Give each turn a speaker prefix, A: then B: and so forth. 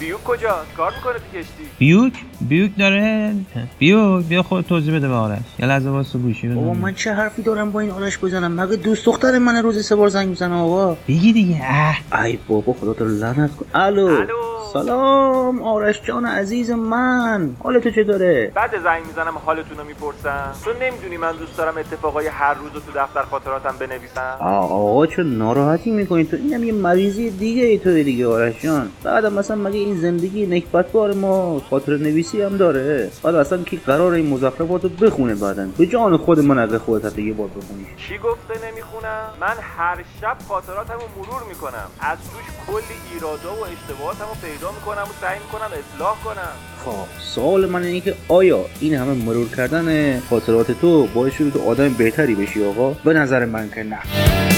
A: بیوک کجاست کار میکنه تو کشتی
B: بیوک بیوک داره بیوک بیا خود توضیح بده به آرش یه لحظه واسه گوشی بده
C: بابا من چه حرفی دارم با این آرش بزنم مگه دوست دختر من روزی سه بار زنگ میزنه آقا
B: بگی دیگه اه
C: ای بابا خدا تو لعنت کن الو
A: الو.
C: سلام آرش جان عزیز من حال تو چطوره
A: بعد زنگ میزنم حالتون رو میپرسم تو نمیدونی من دوست دارم اتفاقای هر روز رو تو دفتر خاطراتم بنویسم
C: آه، آقا چه ناراحتی میکنی تو اینم یه مریضی دیگه ای توی دیگه آرش جان بعدم مثلا مگه این زندگی نکبت بار ما خاطر نویسی هم داره حالا اصلا کی قرار این مزخرفاتو بخونه بعدا به جان خود من اگه خودت حتی یه بار بخونیش
A: کی گفته نمیخونم من هر شب خاطراتم رو مرور میکنم از توش کلی ایرادا و اشتباهاتم رو پیدا میکنم و سعی میکنم اصلاح کنم
C: خب سوال من اینه که آیا این همه مرور کردن خاطرات تو باعث شده که آدم بهتری بشی آقا به نظر من که نه